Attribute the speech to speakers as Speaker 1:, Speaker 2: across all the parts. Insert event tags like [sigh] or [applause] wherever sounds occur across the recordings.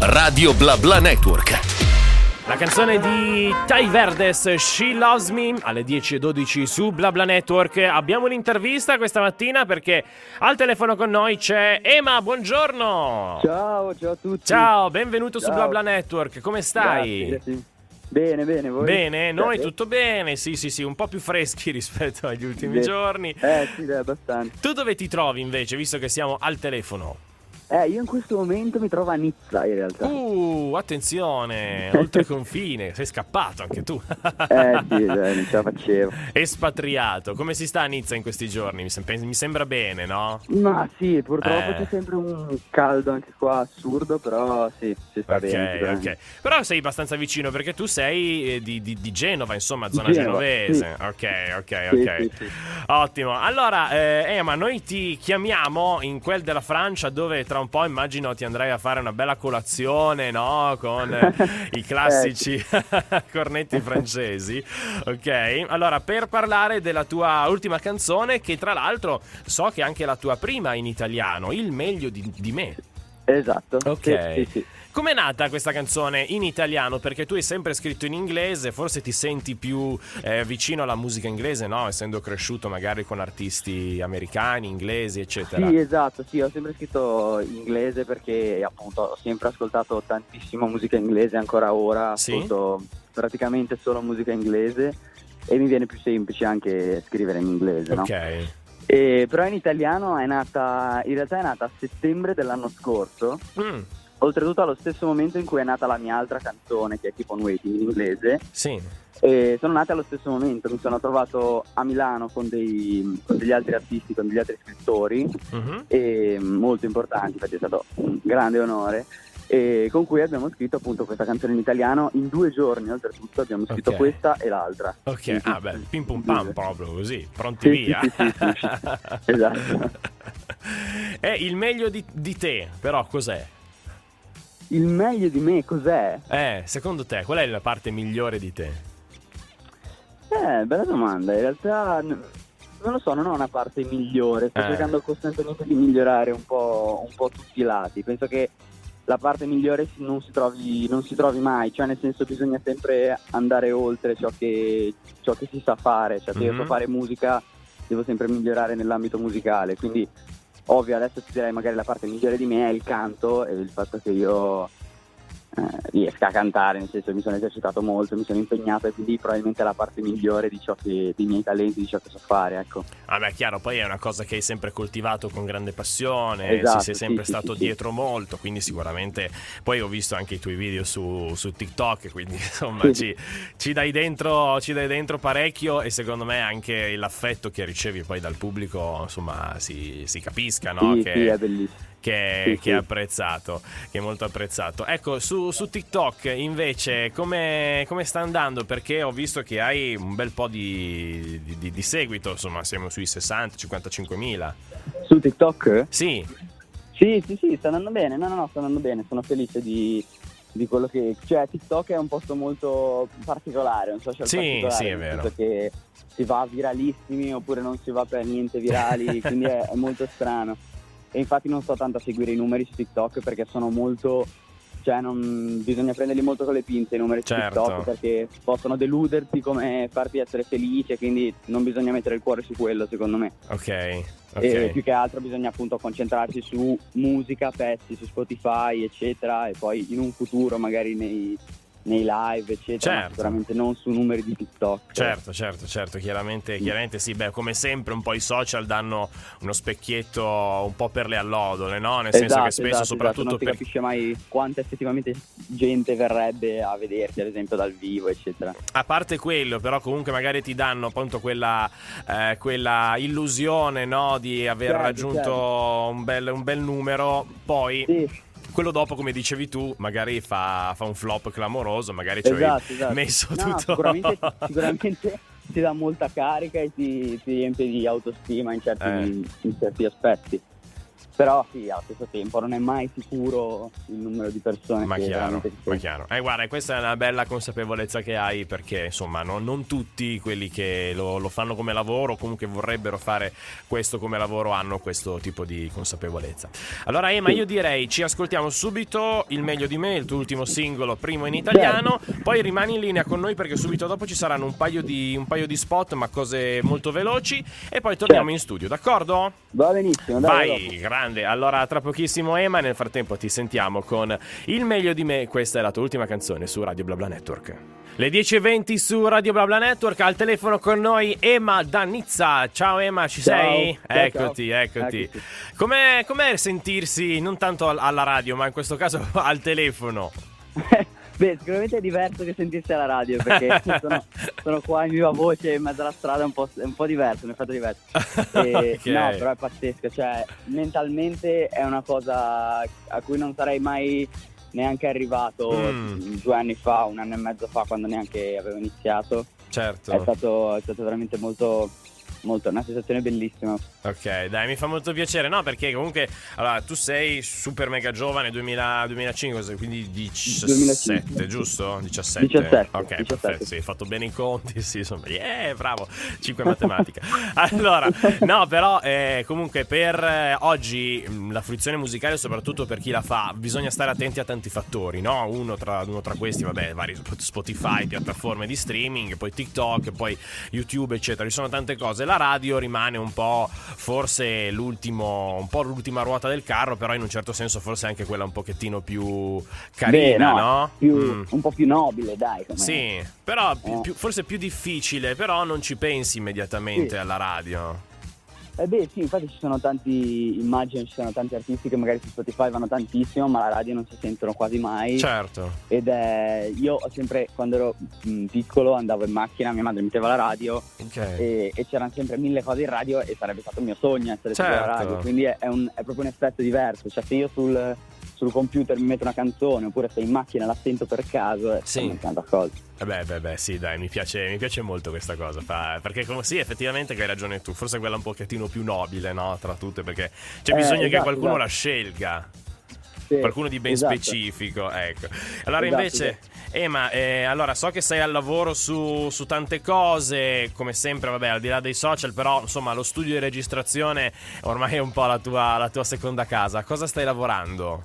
Speaker 1: Radio Bla Bla Network.
Speaker 2: La canzone di Ty Verdes, She Loves Me, alle 10.12 su BlaBla Network. Abbiamo un'intervista questa mattina perché al telefono con noi c'è Ema, buongiorno!
Speaker 3: Ciao, ciao a tutti.
Speaker 2: Ciao, benvenuto su
Speaker 3: Ciao.
Speaker 2: BlaBla Network, come stai?
Speaker 3: Grazie, grazie. Bene, bene, voi?
Speaker 2: Bene, noi
Speaker 3: Grazie.
Speaker 2: tutto bene, sì sì sì, un po' più freschi [laughs] rispetto agli ultimi
Speaker 3: Beh.
Speaker 2: giorni.
Speaker 3: Eh sì, dai, abbastanza.
Speaker 2: Tu dove ti trovi invece, visto che siamo al telefono?
Speaker 3: Eh, io in questo momento mi trovo a Nizza in realtà.
Speaker 2: Uh, attenzione, oltre confine, sei scappato anche tu.
Speaker 3: Eh sì, dai, non ce la facevo.
Speaker 2: Espatriato, come si sta a Nizza in questi giorni? Mi, sem- mi sembra bene, no?
Speaker 3: Ma sì, purtroppo
Speaker 2: Eh.
Speaker 3: c'è sempre un caldo anche qua assurdo, però sì, si sta bene.
Speaker 2: Ok,
Speaker 3: sicuramente.
Speaker 2: ok. Però sei abbastanza vicino perché tu sei eh, di, di- di Genova, insomma, zona
Speaker 3: Genova,
Speaker 2: genovese. Ok, ok,
Speaker 3: Sì,
Speaker 2: ok.
Speaker 3: sì, sì.
Speaker 2: Ottimo. Allora, eh, Ema, noi ti chiamiamo in quel della Francia dove tra un po' immagino ti andrai a fare una bella colazione, no? Con eh, i classici [laughs] cornetti francesi. Ok? Allora, per parlare della tua ultima canzone che tra l'altro so che è anche la tua prima in italiano, Il meglio di, di me.
Speaker 3: Esatto.
Speaker 2: Ok.
Speaker 3: Sì, sì, sì.
Speaker 2: Com'è nata questa canzone in italiano? Perché tu hai sempre scritto in inglese, forse ti senti più eh, vicino alla musica inglese, no? Essendo cresciuto magari con artisti americani, inglesi, eccetera.
Speaker 3: Sì, esatto, sì, ho sempre scritto inglese perché appunto ho sempre ascoltato tantissima musica inglese, ancora ora
Speaker 2: Sì?
Speaker 3: ascolto praticamente solo musica inglese e mi viene più semplice anche scrivere in inglese, no?
Speaker 2: Ok.
Speaker 3: E- però in italiano è nata, in realtà è nata a settembre dell'anno scorso,
Speaker 2: Mm,
Speaker 3: oltretutto allo stesso momento in cui è nata la mia altra canzone che è tipo Waiting in inglese
Speaker 2: sì.
Speaker 3: e sono nate allo stesso momento, mi sono trovato a Milano con, dei- con degli altri artisti, con degli altri scrittori
Speaker 2: Mhm.
Speaker 3: e molto importanti, infatti è stato un grande onore, e con cui abbiamo scritto appunto questa canzone in italiano in due giorni, oltretutto abbiamo scritto
Speaker 2: Ok.
Speaker 3: questa e l'altra.
Speaker 2: Ok, ah beh, pim pum pam proprio così, pronti
Speaker 3: Sì,
Speaker 2: via.
Speaker 3: sì, sì, sì,
Speaker 2: [laughs]
Speaker 3: sì. Esatto.
Speaker 2: È il meglio di, di te, però cos'è?
Speaker 3: Il meglio di me cos'è?
Speaker 2: Eh, secondo te, qual è la parte migliore di te?
Speaker 3: Eh, bella domanda, in realtà n- non lo so, non ho una parte migliore, sto
Speaker 2: Eh.
Speaker 3: cercando costantemente di migliorare un po', un po' tutti i lati, penso che la parte migliore si- non si, trovi, non si trovi mai, cioè nel senso bisogna sempre andare oltre ciò che, ciò che si sa fare, cioè se io
Speaker 2: Mhm.
Speaker 3: so fare musica devo sempre migliorare nell'ambito musicale, quindi ovvio adesso ti direi magari la parte migliore di me è il canto e il fatto che io eh, riesca a cantare, nel senso mi sono esercitato molto, mi sono impegnato e quindi probabilmente è la parte migliore di ciò che, dei miei talenti, di ciò che so fare, ecco.
Speaker 2: Ah beh, chiaro, poi è una cosa che hai sempre coltivato con grande passione,
Speaker 3: Esatto,
Speaker 2: ci sei sempre
Speaker 3: sì, sì,
Speaker 2: stato
Speaker 3: sì, sì.
Speaker 2: dietro molto, quindi sicuramente poi ho visto anche i tuoi video su, su TikTok, quindi [laughs] insomma
Speaker 3: Sì.
Speaker 2: ci, ci dai dentro, ci dai dentro parecchio e secondo me anche l'affetto che ricevi poi dal pubblico insomma si, si capisca, no?
Speaker 3: sì,
Speaker 2: che,
Speaker 3: sì, è bellissimo.
Speaker 2: che-
Speaker 3: sì,
Speaker 2: che è
Speaker 3: sì.
Speaker 2: apprezzato, che è molto apprezzato. Ecco, su, su TikTok invece come, come sta andando? Perché ho visto che hai un bel po' di, di- di- di seguito, insomma siamo sui 60-55 mila.
Speaker 3: Su TikTok?
Speaker 2: Sì,
Speaker 3: Sì, sì, sì, sta andando bene, no, no, no, sta andando bene, sono felice di, di quello che... Cioè, TikTok è un posto molto particolare, un social
Speaker 2: Sì,
Speaker 3: particolare.
Speaker 2: sì, è
Speaker 3: nel
Speaker 2: vero.
Speaker 3: senso Che si va viralissimi oppure non si va per
Speaker 2: [laughs]
Speaker 3: niente virali, quindi è, è molto strano. E infatti non sto tanto a seguire i numeri su TikTok perché sono molto... Cioè, non, bisogna prenderli molto con le pinze i numeri
Speaker 2: Certo.
Speaker 3: su TikTok perché possono deluderti come farti essere felice, quindi non bisogna mettere il cuore su quello, secondo me.
Speaker 2: ok, ok.
Speaker 3: E Eh, più che altro bisogna appunto concentrarsi su musica, pezzi su Spotify, eccetera, e poi in un futuro magari nei, nei live, eccetera, ma
Speaker 2: Certo.
Speaker 3: sicuramente non su numeri di TikTok.
Speaker 2: Certo, certo, certo, chiaramente,
Speaker 3: Mm.
Speaker 2: chiaramente sì, beh, come sempre un po' i social danno uno specchietto un po' per le allodole, no? Nel senso
Speaker 3: Esatto,
Speaker 2: che spesso,
Speaker 3: esatto, esatto,
Speaker 2: soprattutto
Speaker 3: non si
Speaker 2: per
Speaker 3: capisce mai quanta effettivamente gente verrebbe a vederti, ad esempio dal vivo, eccetera.
Speaker 2: A parte quello, però comunque magari ti danno appunto quella, eh, quella illusione no, di aver
Speaker 3: Certo,
Speaker 2: raggiunto Un, bel, un bel numero, poi
Speaker 3: Sì,
Speaker 2: quello dopo, come dicevi tu, magari fa, fa un flop clamoroso, magari ci avevi
Speaker 3: esatto, esatto.
Speaker 2: messo
Speaker 3: No,
Speaker 2: tutto. [laughs]
Speaker 3: Sicuramente, sicuramente ti dà molta carica e ti, ti riempie di autostima in certi-
Speaker 2: Eh.
Speaker 3: in certi aspetti. Però sì, allo stesso tempo non è mai sicuro il numero di persone
Speaker 2: Ma
Speaker 3: che
Speaker 2: chiaro,
Speaker 3: veramente si
Speaker 2: ma
Speaker 3: sentono.
Speaker 2: chiaro. Eh, guarda, questa è una bella consapevolezza che hai perché, insomma, no- non tutti quelli che lo, lo fanno come lavoro o comunque vorrebbero fare questo come lavoro hanno questo tipo di consapevolezza. Allora, Ema,
Speaker 3: Sì.
Speaker 2: io direi ci ascoltiamo subito il meglio di me, il tuo ultimo singolo, primo in italiano, poi rimani in linea con noi perché subito dopo ci saranno un paio di, un paio di spot, ma cose molto veloci, e poi torniamo
Speaker 3: Certo.
Speaker 2: in studio, d'accordo?
Speaker 3: Va benissimo, dai.
Speaker 2: Vai, grande. Allora, tra pochissimo Ema, nel frattempo ti sentiamo con Il meglio di me. Questa è la tua ultima canzone su Radio BlaBla Network. Le 10.20 su Radio BlaBla Network, al telefono con noi Ema da Nizza. Ciao Ema, ci
Speaker 3: Ciao,
Speaker 2: sei?
Speaker 3: ciao, Ecco.
Speaker 2: eccoti,
Speaker 3: ciao.
Speaker 2: eccoti.
Speaker 3: Eccoci.
Speaker 2: Com'è, com'è sentirsi non tanto al- alla radio, ma in questo caso [laughs] al telefono?
Speaker 3: Beh, sicuramente è diverso che sentirsi alla radio
Speaker 2: [laughs]
Speaker 3: perché sono, sono qua in viva voce in mezzo alla strada, è un po', è un po' diverso, mi è fatto diverso.
Speaker 2: [laughs]
Speaker 3: E-
Speaker 2: Ok.
Speaker 3: Eh, No, però è pazzesco, cioè mentalmente è una cosa a cui non sarei mai neanche arrivato
Speaker 2: Mm.
Speaker 3: due anni fa, un anno e mezzo fa, quando neanche avevo iniziato.
Speaker 2: Certo.
Speaker 3: È stato, è stato veramente molto, molto, una sensazione bellissima.
Speaker 2: Ok, dai, mi fa molto piacere, no? Perché comunque allora, tu sei super mega giovane, 2000, 2005, cos'è? quindi 17,
Speaker 3: 2005.
Speaker 2: giusto? 17.
Speaker 3: 17,
Speaker 2: ok,
Speaker 3: 17.
Speaker 2: perfetto, sì, hai fatto bene i conti, [laughs] sì, insomma, yeah, bravo, 5 matematica. [laughs] allora, no, però eh, comunque per eh, oggi mh, la fruizione musicale, soprattutto per chi la fa, bisogna stare attenti a tanti fattori, no? Uno tra, uno tra questi, vabbè, vari sp- Spotify, piattaforme di streaming, poi TikTok, poi YouTube, eccetera. Ci sono tante cose. La radio rimane un po' forse l'ultimo, un po' l'ultima ruota del carro, però in un certo senso forse anche quella un pochettino più carina,
Speaker 3: Beh,
Speaker 2: no?
Speaker 3: Più-
Speaker 2: Mm.
Speaker 3: Un po' più nobile, dai. come-
Speaker 2: Sì, però pi-
Speaker 3: Eh.
Speaker 2: più- forse più difficile, però non ci pensi immediatamente
Speaker 3: Sì.
Speaker 2: alla radio.
Speaker 3: Eh beh, sì, infatti ci sono tanti, immagino ci sono tanti artisti che magari su Spotify vanno tantissimo, ma la radio non si sentono quasi mai.
Speaker 2: Certo.
Speaker 3: Ed è, io ho sempre, quando ero mh, piccolo, andavo in macchina, mia madre metteva la radio
Speaker 2: Ok.
Speaker 3: e, e c'erano sempre mille cose in radio e sarebbe stato il mio sogno essere sulla
Speaker 2: Certo.
Speaker 3: radio. Quindi è, è un- è proprio un effetto diverso. Cioè, se io sul, sul computer mi metto una canzone oppure se in macchina la sento per caso, eh, è
Speaker 2: Sì.
Speaker 3: una tanta cosa.
Speaker 2: Eh, Beh, beh, beh, sì, dai, mi piace, mi piace molto questa cosa. fa- perché, come, sì, effettivamente che hai ragione tu. Forse quella un pochettino più nobile, no? Tra tutte, perché c'è
Speaker 3: Eh,
Speaker 2: bisogno che
Speaker 3: esatto,
Speaker 2: qualcuno
Speaker 3: esatto.
Speaker 2: la scelga.
Speaker 3: Sì,
Speaker 2: Qualcuno di ben
Speaker 3: esatto.
Speaker 2: specifico, ecco. Allora
Speaker 3: Esatto,
Speaker 2: invece, Ema, eh, allora so che sei al lavoro su, su tante cose, come sempre, vabbè, al di là dei social, però insomma lo studio di registrazione ormai è un po' la tua, la tua seconda casa. Cosa stai lavorando?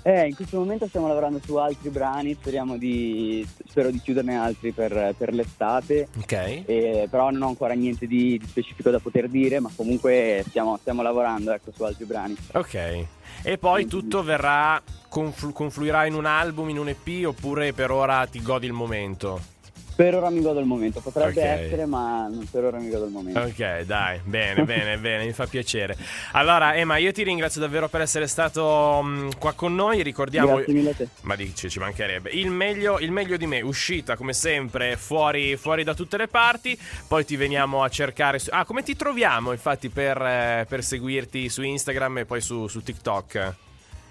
Speaker 3: Eh, in questo momento stiamo lavorando su altri brani, speriamo di, spero di chiuderne altri per, per l'estate,
Speaker 2: Ok.
Speaker 3: eh, però non ho ancora niente di, di specifico da poter dire, ma comunque stiamo, stiamo lavorando ecco, su altri brani.
Speaker 2: Ok. E poi
Speaker 3: Quindi-
Speaker 2: tutto verrà, conflu- confluirà in un album, in un EP, oppure per ora ti godi il momento?
Speaker 3: Per ora mi godo il momento, potrebbe
Speaker 2: Ok.
Speaker 3: essere, ma non- per ora mi godo il momento.
Speaker 2: Ok, dai, bene,
Speaker 3: [laughs]
Speaker 2: bene, bene, mi fa piacere. Allora, Emma, io ti ringrazio davvero per essere stato mm, qua con noi. Ricordiamo.
Speaker 3: Grazie mille a te.
Speaker 2: Ma dici, ci mancherebbe. Il meglio, il meglio di me, uscita come sempre, fuori, fuori da tutte le parti. Poi ti veniamo a cercare. su- Ah, come ti troviamo infatti per, eh, per seguirti su Instagram e poi su, su TikTok?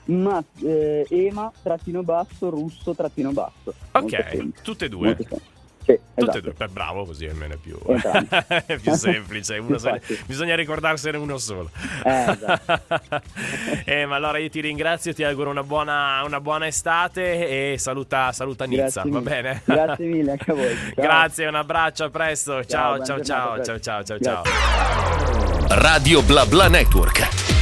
Speaker 3: Ma eh, Ema, trattino basso, russo, trattino basso. Molto
Speaker 2: Ok,
Speaker 3: semplice.
Speaker 2: tutte e due.
Speaker 3: Molto semplice. Sì,
Speaker 2: Tutte
Speaker 3: esatto.
Speaker 2: e due, beh, bravo così almeno è più,
Speaker 3: Esatto.
Speaker 2: [laughs] è più semplice, uno se-
Speaker 3: Infatti.
Speaker 2: bisogna ricordarsene uno solo.
Speaker 3: Eh, esatto.
Speaker 2: [laughs] Eh, ma allora io ti ringrazio, ti auguro una buona, una buona estate e saluta, saluta Nizza,
Speaker 3: Grazie
Speaker 2: va
Speaker 3: mille.
Speaker 2: bene?
Speaker 3: Grazie mille, anche a
Speaker 2: [laughs]
Speaker 3: voi. Ciao.
Speaker 2: Grazie, un abbraccio, a presto, ciao
Speaker 3: buona
Speaker 2: ciao ciao,
Speaker 3: giornata,
Speaker 2: ciao
Speaker 3: presto.
Speaker 2: ciao ciao
Speaker 3: Grazie.
Speaker 2: ciao.
Speaker 1: Radio BlaBla Network.